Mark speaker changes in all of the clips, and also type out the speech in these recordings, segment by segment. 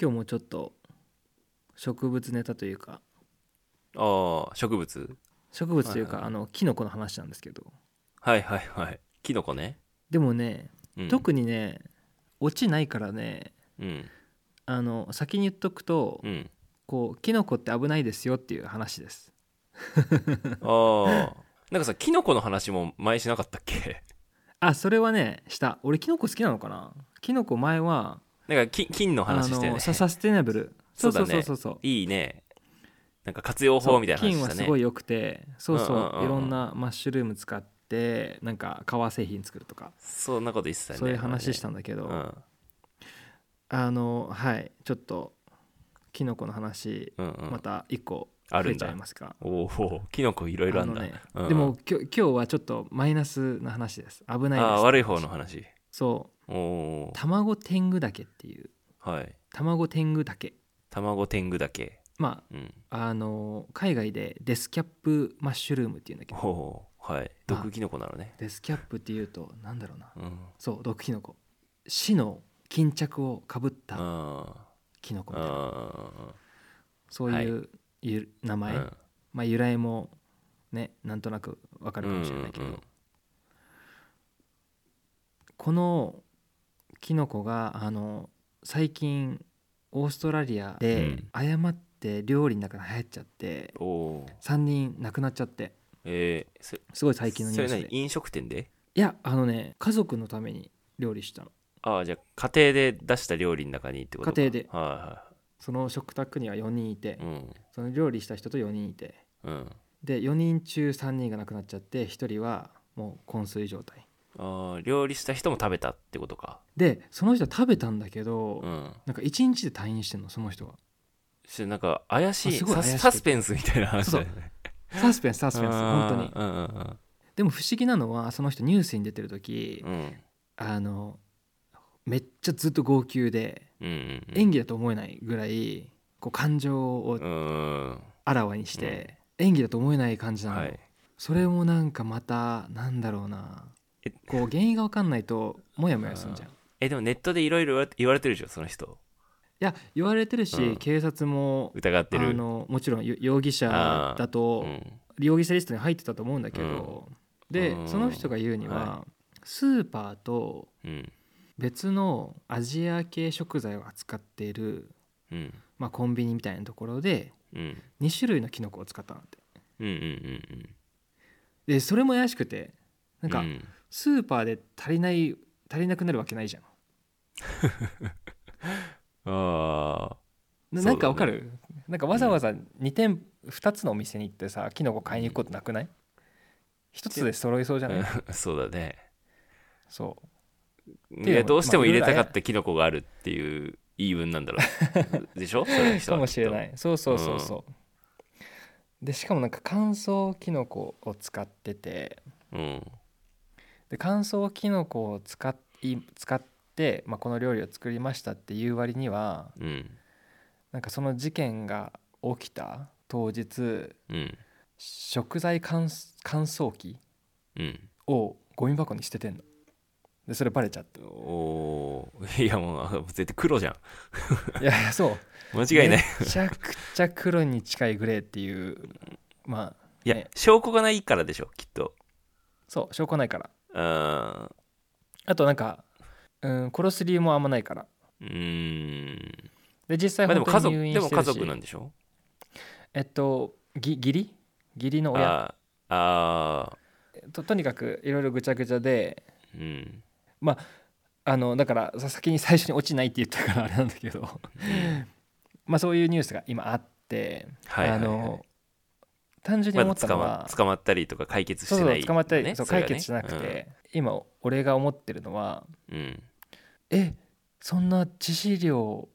Speaker 1: 今日もちょっと植物ネタというか
Speaker 2: ああ植物
Speaker 1: 植物というか、
Speaker 2: はいはい
Speaker 1: あのキノコの話なんですけど
Speaker 2: はいはいはいキノコね、
Speaker 1: でもね、
Speaker 2: うん、
Speaker 1: 特にね落ちないからね
Speaker 2: うん
Speaker 1: あの先に言っとくと、
Speaker 2: うん
Speaker 1: こうキノコって危ないですよっていう話です
Speaker 2: ああ なんかさキノコの話も前しなかったっけ
Speaker 1: あそれはねした俺キノコ好きなのかなキノコ前は
Speaker 2: なんかき金の話して
Speaker 1: あ
Speaker 2: ね
Speaker 1: のササステナブル
Speaker 2: そうだね
Speaker 1: そうそうそうそう
Speaker 2: いいねなんか活用
Speaker 1: そ
Speaker 2: 法
Speaker 1: う
Speaker 2: みたいな話
Speaker 1: 菌
Speaker 2: し
Speaker 1: は
Speaker 2: た
Speaker 1: す
Speaker 2: ね
Speaker 1: ごい良くてそうそう,、
Speaker 2: うんうんうんうん
Speaker 1: いろんなマッシュルーム使ってなんか革製品作るとか、
Speaker 2: そんなこと一切ね
Speaker 1: そういう話したんだけど、
Speaker 2: うん
Speaker 1: あのはいちょっとキノコの話、
Speaker 2: うんうん
Speaker 1: また一個
Speaker 2: あ
Speaker 1: 増
Speaker 2: る
Speaker 1: え
Speaker 2: ん
Speaker 1: ち
Speaker 2: だ
Speaker 1: ゃいますか
Speaker 2: おおキノコいろいろあんだ、
Speaker 1: ね
Speaker 2: うんうん
Speaker 1: でもきょ今日はちょっとマイナスな話です危ないです
Speaker 2: ああ悪い方の話
Speaker 1: そう
Speaker 2: おお
Speaker 1: 卵天狗岳っていう
Speaker 2: はい
Speaker 1: 卵天狗岳
Speaker 2: 卵天狗だけ
Speaker 1: ま
Speaker 2: うん
Speaker 1: ああの海外でデスキャップマッシュルームっていうんだけど
Speaker 2: おおはい毒キノコなのね
Speaker 1: デスキャップっていうとなんだろうな
Speaker 2: うん
Speaker 1: そう毒キノコ死の巾着をかぶった
Speaker 2: あー
Speaker 1: キノコみたいな
Speaker 2: あ
Speaker 1: そういう、ゆ名
Speaker 2: ー
Speaker 1: 前、
Speaker 2: うん
Speaker 1: まあ由来もねなんとなくわかるかもしれないけど、
Speaker 2: うんうんうん
Speaker 1: このキノコがあの最近オーストラリア
Speaker 2: う
Speaker 1: で
Speaker 2: ん
Speaker 1: 誤って料理の中で流行っちゃって、
Speaker 2: おお
Speaker 1: 3人亡くなっちゃって
Speaker 2: えー、そ
Speaker 1: すごい最近のニュース
Speaker 2: そ
Speaker 1: で
Speaker 2: れ何飲食店で
Speaker 1: いやあのね家族のために料理したの
Speaker 2: ああじゃあ家庭で出した料理の中にってことか
Speaker 1: 家庭で
Speaker 2: は
Speaker 1: その食卓には4人いて、
Speaker 2: いはいうん
Speaker 1: その料理した人と4人いて
Speaker 2: うん
Speaker 1: で4人中3人が亡くなっちゃって1人はもう昏睡状態
Speaker 2: あー料理した人も食べたってことか
Speaker 1: でその人食べたんだけど、
Speaker 2: うん
Speaker 1: なんか1日で退院してんのその人が
Speaker 2: そしてなんか怪しい
Speaker 1: あすごい
Speaker 2: サ
Speaker 1: 怪し
Speaker 2: ス
Speaker 1: い
Speaker 2: サスペンスみたいな話だよね
Speaker 1: サスペンスサスペンス本当に
Speaker 2: うんうん
Speaker 1: でも不思議なのはその人ニュースに出てる時、
Speaker 2: うんうん
Speaker 1: あのめっちゃずっと号泣で
Speaker 2: うんうんうん
Speaker 1: 演技だと思えないぐらいこう感情を
Speaker 2: うん
Speaker 1: あらわにして、演技だと思えない感じなの、
Speaker 2: はい
Speaker 1: それもなんかまたなんだろうな
Speaker 2: え
Speaker 1: こう原因が分かんないとモヤモヤすんじゃんい
Speaker 2: えでもネットでいろいろ言われてるでしょその人
Speaker 1: や言われてるし、
Speaker 2: うん
Speaker 1: 警察も
Speaker 2: 疑って
Speaker 1: あ
Speaker 2: る
Speaker 1: のもちろんよ容疑者だ
Speaker 2: う
Speaker 1: と、
Speaker 2: ん
Speaker 1: 容疑者リストに入ってたと思うんだけど、で、
Speaker 2: うん
Speaker 1: その人が言うには、
Speaker 2: は
Speaker 1: スーパーと
Speaker 2: うん
Speaker 1: 別のアジア系食材を扱っている、
Speaker 2: うん
Speaker 1: まあ、コンビニみたいなところで
Speaker 2: うん
Speaker 1: 2種類のキノコを使ったのって
Speaker 2: うんうんうん
Speaker 1: でそれも怪しくて
Speaker 2: う
Speaker 1: なんか
Speaker 2: うん
Speaker 1: スーパーで足りない足りなくなるわけないじゃん
Speaker 2: ああ
Speaker 1: なな
Speaker 2: そうだね
Speaker 1: んかわかる、なんかわざわざ2点2つのお店に行ってさキノコ買いに行くことなくない1つで揃いそうじゃない、
Speaker 2: うん そうだね
Speaker 1: そうい
Speaker 2: い
Speaker 1: うの
Speaker 2: や
Speaker 1: も
Speaker 2: どうしても
Speaker 1: まあ
Speaker 2: 入れたかったキノコがあるっていう言い分なんだろ うでしょそれの人
Speaker 1: か
Speaker 2: は
Speaker 1: も
Speaker 2: きっ
Speaker 1: し
Speaker 2: と
Speaker 1: れないそうそうそうそう、でしかもなんか乾燥キノコを使ってて
Speaker 2: うん
Speaker 1: で乾燥キノコを使い使って、まあ、この料理を作りましたっていう割には
Speaker 2: うん
Speaker 1: なんかその事件が起きた当日
Speaker 2: うん
Speaker 1: 食材乾乾燥機
Speaker 2: うん
Speaker 1: をゴミ箱に捨ててんのでそれバレちゃっ
Speaker 2: おーいやもうあ絶対黒じゃん
Speaker 1: たいやいやそう
Speaker 2: 間違いない
Speaker 1: めちゃくちゃ黒に近いグレーっていうまあ
Speaker 2: いや
Speaker 1: ね
Speaker 2: 証拠がないからでしょきっと
Speaker 1: そう証拠ないから
Speaker 2: あ
Speaker 1: あとなんか、うん、殺す理由もあんまないから
Speaker 2: ーうーん
Speaker 1: で実際
Speaker 2: まあで
Speaker 1: 本
Speaker 2: も
Speaker 1: 当
Speaker 2: 家
Speaker 1: に入院し
Speaker 2: 族
Speaker 1: て
Speaker 2: で
Speaker 1: る
Speaker 2: も
Speaker 1: し、
Speaker 2: 家族なんでしょ
Speaker 1: えっとぎ義理義理の親
Speaker 2: あーあ
Speaker 1: ととにかくいろいろぐちゃぐちゃで
Speaker 2: ーうん
Speaker 1: あのだからさ先に最初に落ちないって言ったからあれなんだけど
Speaker 2: うん
Speaker 1: まあそういうニュースが今あって、
Speaker 2: はいはい
Speaker 1: あ
Speaker 2: は
Speaker 1: の単純
Speaker 2: い
Speaker 1: に
Speaker 2: ま
Speaker 1: 思
Speaker 2: だ
Speaker 1: った
Speaker 2: 捕
Speaker 1: の
Speaker 2: ま
Speaker 1: は、
Speaker 2: 捕まったりとか解決し
Speaker 1: そう
Speaker 2: て
Speaker 1: そ
Speaker 2: な
Speaker 1: う
Speaker 2: い
Speaker 1: 捕まったり、
Speaker 2: ね
Speaker 1: そう
Speaker 2: それ
Speaker 1: 解
Speaker 2: がね
Speaker 1: 決しなくて、今俺が思ってるのは
Speaker 2: うんうん
Speaker 1: えそんな致死量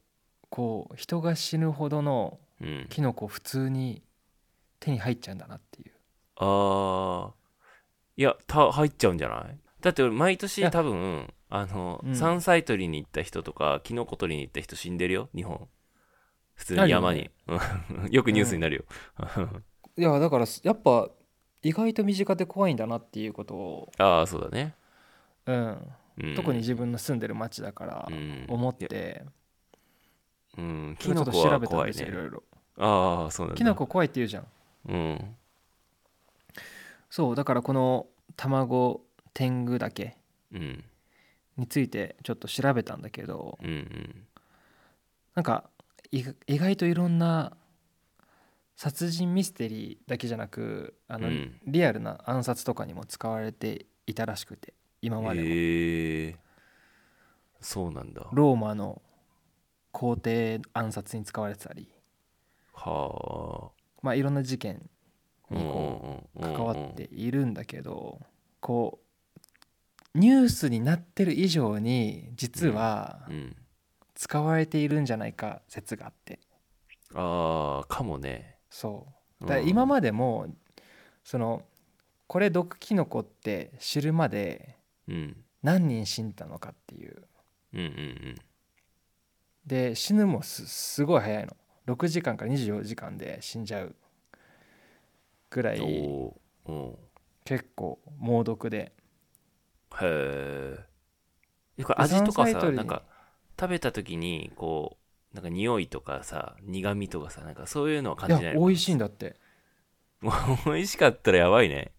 Speaker 1: こう人が死ぬほどの
Speaker 2: うん
Speaker 1: キノコ普通に手に入っちゃうんだなっていう
Speaker 2: ああいやた入っちゃうんじゃないだって俺毎
Speaker 1: い
Speaker 2: 年
Speaker 1: や
Speaker 2: 多分あの、
Speaker 1: うん
Speaker 2: 山菜取りに行った人とかキノコ取りに行った人死んでるよ日本普通に山に、うん よくニュースになるよ、
Speaker 1: いやだからすやっぱ意外と身近で怖いんだなっていうことを、
Speaker 2: ああそうだね、
Speaker 1: うん
Speaker 2: うん
Speaker 1: 特に自分の住んでる町だから
Speaker 2: うん
Speaker 1: 思って、
Speaker 2: うん、
Speaker 1: それ
Speaker 2: キ
Speaker 1: ちょっ
Speaker 2: ノ
Speaker 1: と
Speaker 2: コ
Speaker 1: 調
Speaker 2: は
Speaker 1: べたん
Speaker 2: 怖
Speaker 1: で
Speaker 2: い
Speaker 1: すよい
Speaker 2: ね。
Speaker 1: ろいろ
Speaker 2: ああ、そうなんだ。
Speaker 1: キノコ怖いって言うじゃん
Speaker 2: うん。
Speaker 1: そうだからこの卵天狗だけ
Speaker 2: うん。
Speaker 1: についてちょっと調べたんだけど
Speaker 2: うんうん。
Speaker 1: なんかい意外といろんな殺人ミステリーだけじゃなくあの、
Speaker 2: うん
Speaker 1: リアルな暗殺とかにも使われていたらしくて今までも、
Speaker 2: へえ。そうなんだ。
Speaker 1: ローマの皇帝暗殺に使われてたり、
Speaker 2: は
Speaker 1: まあ、いろんな事件
Speaker 2: あ。
Speaker 1: にこ
Speaker 2: う
Speaker 1: うん
Speaker 2: うんうんうん
Speaker 1: 関わっているんだけどこうニュースになってる以上に実は
Speaker 2: うん。
Speaker 1: 使われているんじゃないか説があって
Speaker 2: ああ、かもね。
Speaker 1: そう
Speaker 2: うん
Speaker 1: だから今までもそのこれ毒キノコって知るまで
Speaker 2: うん。
Speaker 1: 何人死んだのかっていう
Speaker 2: うんうん
Speaker 1: で死ぬもすすごい早いの6時間から24時間で死んじゃうぐら
Speaker 2: うん。
Speaker 1: い
Speaker 2: おお。うん。
Speaker 1: 結構猛毒で
Speaker 2: へえ。これ味とか
Speaker 1: 山菜採
Speaker 2: さ、
Speaker 1: り
Speaker 2: なんか食べた時にこう、なんか匂いとかさ、苦味とかさ、なんかそういうのは感
Speaker 1: いや
Speaker 2: じないの
Speaker 1: 美味しいんだって
Speaker 2: もう美味しかったらやばいね。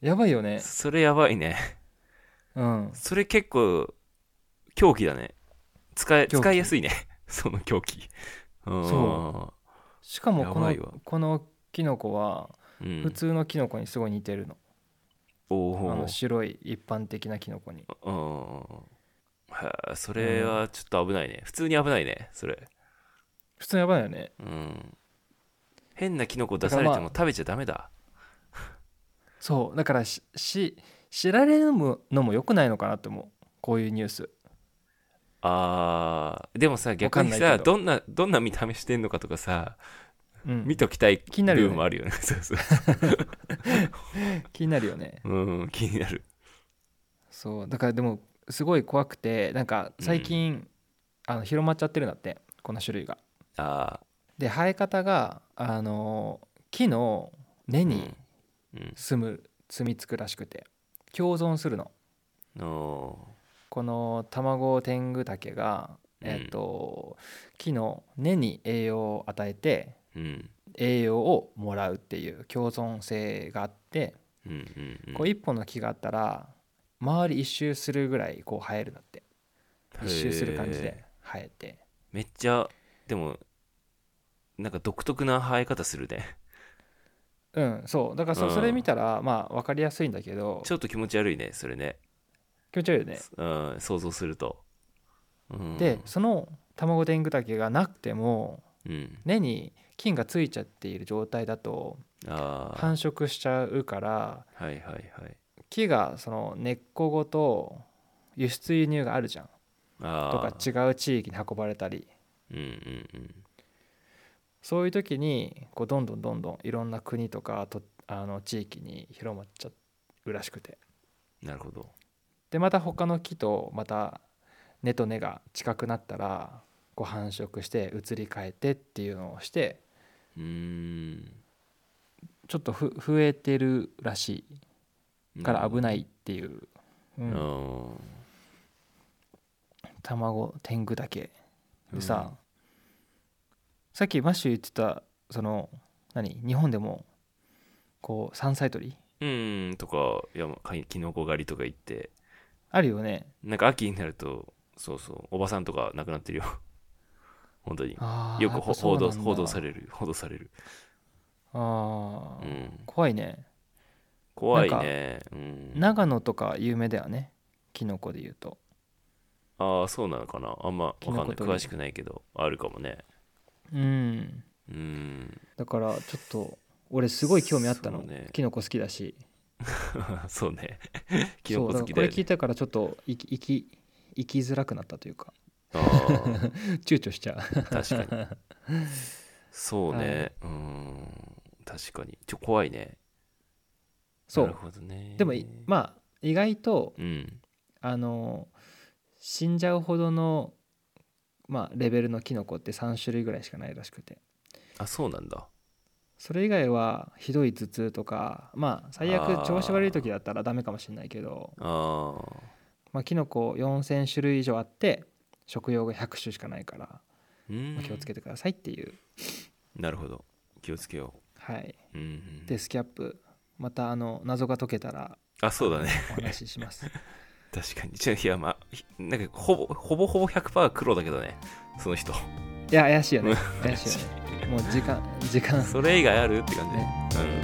Speaker 1: やばいよね
Speaker 2: それやばいね。
Speaker 1: うん
Speaker 2: それ結構、狂気だね。使え、
Speaker 1: 狂気
Speaker 2: 使いやすいね。 その狂気。うん。
Speaker 1: そしかもこ
Speaker 2: やば
Speaker 1: の
Speaker 2: いわ
Speaker 1: このキノコは
Speaker 2: う。ん、
Speaker 1: 普通のキノコにすごい似てるの,、
Speaker 2: お
Speaker 1: あの
Speaker 2: お。
Speaker 1: 白い一般的なキノコに
Speaker 2: うん。はあ、それはちょっと危ないね。普通に危ないね、それ。
Speaker 1: 普通にやばいよね
Speaker 2: うん。変なキノコ出されて
Speaker 1: だから
Speaker 2: も
Speaker 1: まあ
Speaker 2: 食べちゃダメだ。
Speaker 1: そうだからしし知られるのも良くないのかなって思うこういうニュース
Speaker 2: あーでもさ逆
Speaker 1: わかん
Speaker 2: に
Speaker 1: ないけ
Speaker 2: さ
Speaker 1: ど
Speaker 2: どんなどんな見た目してんのかとかさ、
Speaker 1: うん
Speaker 2: 見ときたい
Speaker 1: 気になるよね
Speaker 2: 部分もあるよね そうそう
Speaker 1: 気になるよね
Speaker 2: うん気になる
Speaker 1: そうだからでもすごい怖くてなんか最近、あの広まっちゃってるんだってこの種類が
Speaker 2: あ
Speaker 1: で生え方があの木の根
Speaker 2: ー
Speaker 1: に
Speaker 2: うん
Speaker 1: 住む住み着くらしくて共存するの
Speaker 2: うんお
Speaker 1: この卵天狗竹が、
Speaker 2: うん
Speaker 1: えっと木の根に栄養を与えて
Speaker 2: ーうん
Speaker 1: 栄養をもらうっていう共存性があって、
Speaker 2: うんうんうん
Speaker 1: こう一本の木があったら周り一周するぐらいこう生えるんだって一周する感じで
Speaker 2: へ
Speaker 1: 生えて
Speaker 2: ーめっちゃでもなんか独特な生え方するね
Speaker 1: うんそうだからそ,、
Speaker 2: うん
Speaker 1: それ見たらまあ分かりやすいんだけど
Speaker 2: ちょっと気持ち悪いねそれね、
Speaker 1: 気持ち悪いよね、
Speaker 2: うん、想像すると、うん、
Speaker 1: でその卵天狗竹がなくても
Speaker 2: うん
Speaker 1: 根に菌がついちゃっている状態だと
Speaker 2: あー
Speaker 1: 繁殖しちゃうから
Speaker 2: はいはいはい
Speaker 1: 木がその根っこごと輸出輸入があるじゃん
Speaker 2: あ
Speaker 1: とか
Speaker 2: ー
Speaker 1: 違う地域に運ばれたり
Speaker 2: うんうんうん
Speaker 1: そういう時にこうどんどんどんどんいろんな国とかとあの地域に広まっちゃうらしくて
Speaker 2: なるほど
Speaker 1: でまた他の木とまた根と根が近くなったらこう繁殖して移り変えてっていうのをして
Speaker 2: うーん
Speaker 1: ちょっとふ増えてるらしいから危
Speaker 2: い、
Speaker 1: ないっていう、う
Speaker 2: うんん、
Speaker 1: 卵天狗だけ
Speaker 2: うん
Speaker 1: でさ、さっきマッシュ言ってたその何日本でもこう山菜採り
Speaker 2: うんとかいやかキノコ狩りとか行って
Speaker 1: あるよね
Speaker 2: なんか秋になるとそうそうおばさんとか亡くなってるよ 本当に
Speaker 1: あー
Speaker 2: よく
Speaker 1: やっぱ
Speaker 2: ほ
Speaker 1: そう
Speaker 2: 報
Speaker 1: なん
Speaker 2: 道
Speaker 1: だ
Speaker 2: 報道される報道される、
Speaker 1: あ
Speaker 2: う
Speaker 1: ー、
Speaker 2: ん、
Speaker 1: 怖いね
Speaker 2: 怖いねうん
Speaker 1: 長野とか有名だよねキノコでいうと
Speaker 2: ああそうなのかなあんまわかんない
Speaker 1: キノコという
Speaker 2: 詳しくないけどあるかもね
Speaker 1: うん
Speaker 2: うん
Speaker 1: だからちょっと俺すごい興味あったの、
Speaker 2: そうね
Speaker 1: キノコ好きだし
Speaker 2: そうねキノコ
Speaker 1: そう
Speaker 2: 好
Speaker 1: だか
Speaker 2: きだ
Speaker 1: らこれ
Speaker 2: よ
Speaker 1: 聞い
Speaker 2: ね
Speaker 1: たからちょっと生き生き生きづらくなったというか
Speaker 2: ああ
Speaker 1: 躊躇しちゃう
Speaker 2: 確かにそうね、うーん確かにちょ怖いね
Speaker 1: そ
Speaker 2: なる
Speaker 1: う
Speaker 2: ほどね
Speaker 1: でもいまあ意外と
Speaker 2: うん
Speaker 1: あの死んじゃうほどのまあレベルのキノコって3種類ぐらいしかないらしくて
Speaker 2: あそうなんだ
Speaker 1: それ以外はひどい頭痛とかまあ最
Speaker 2: あー
Speaker 1: 悪調子悪い時だったらダメかもしれないけど
Speaker 2: あ
Speaker 1: まあ、キノコ4,000種類以上あって食用が100種しかないから
Speaker 2: ーうん
Speaker 1: まあ気をつけてくださいっていう、
Speaker 2: なるほど気をつけよ
Speaker 1: はい、
Speaker 2: う、うんうん、
Speaker 1: デスキャップまたあの謎が解けたら
Speaker 2: あそうだね
Speaker 1: お話しします
Speaker 2: 確かにじゃあいやまあひなんかほぼほぼほぼ100%黒だけどねその人
Speaker 1: いや怪しいよね怪しいよねもう時間時間
Speaker 2: それ以外あるって感じね
Speaker 1: ね
Speaker 2: うん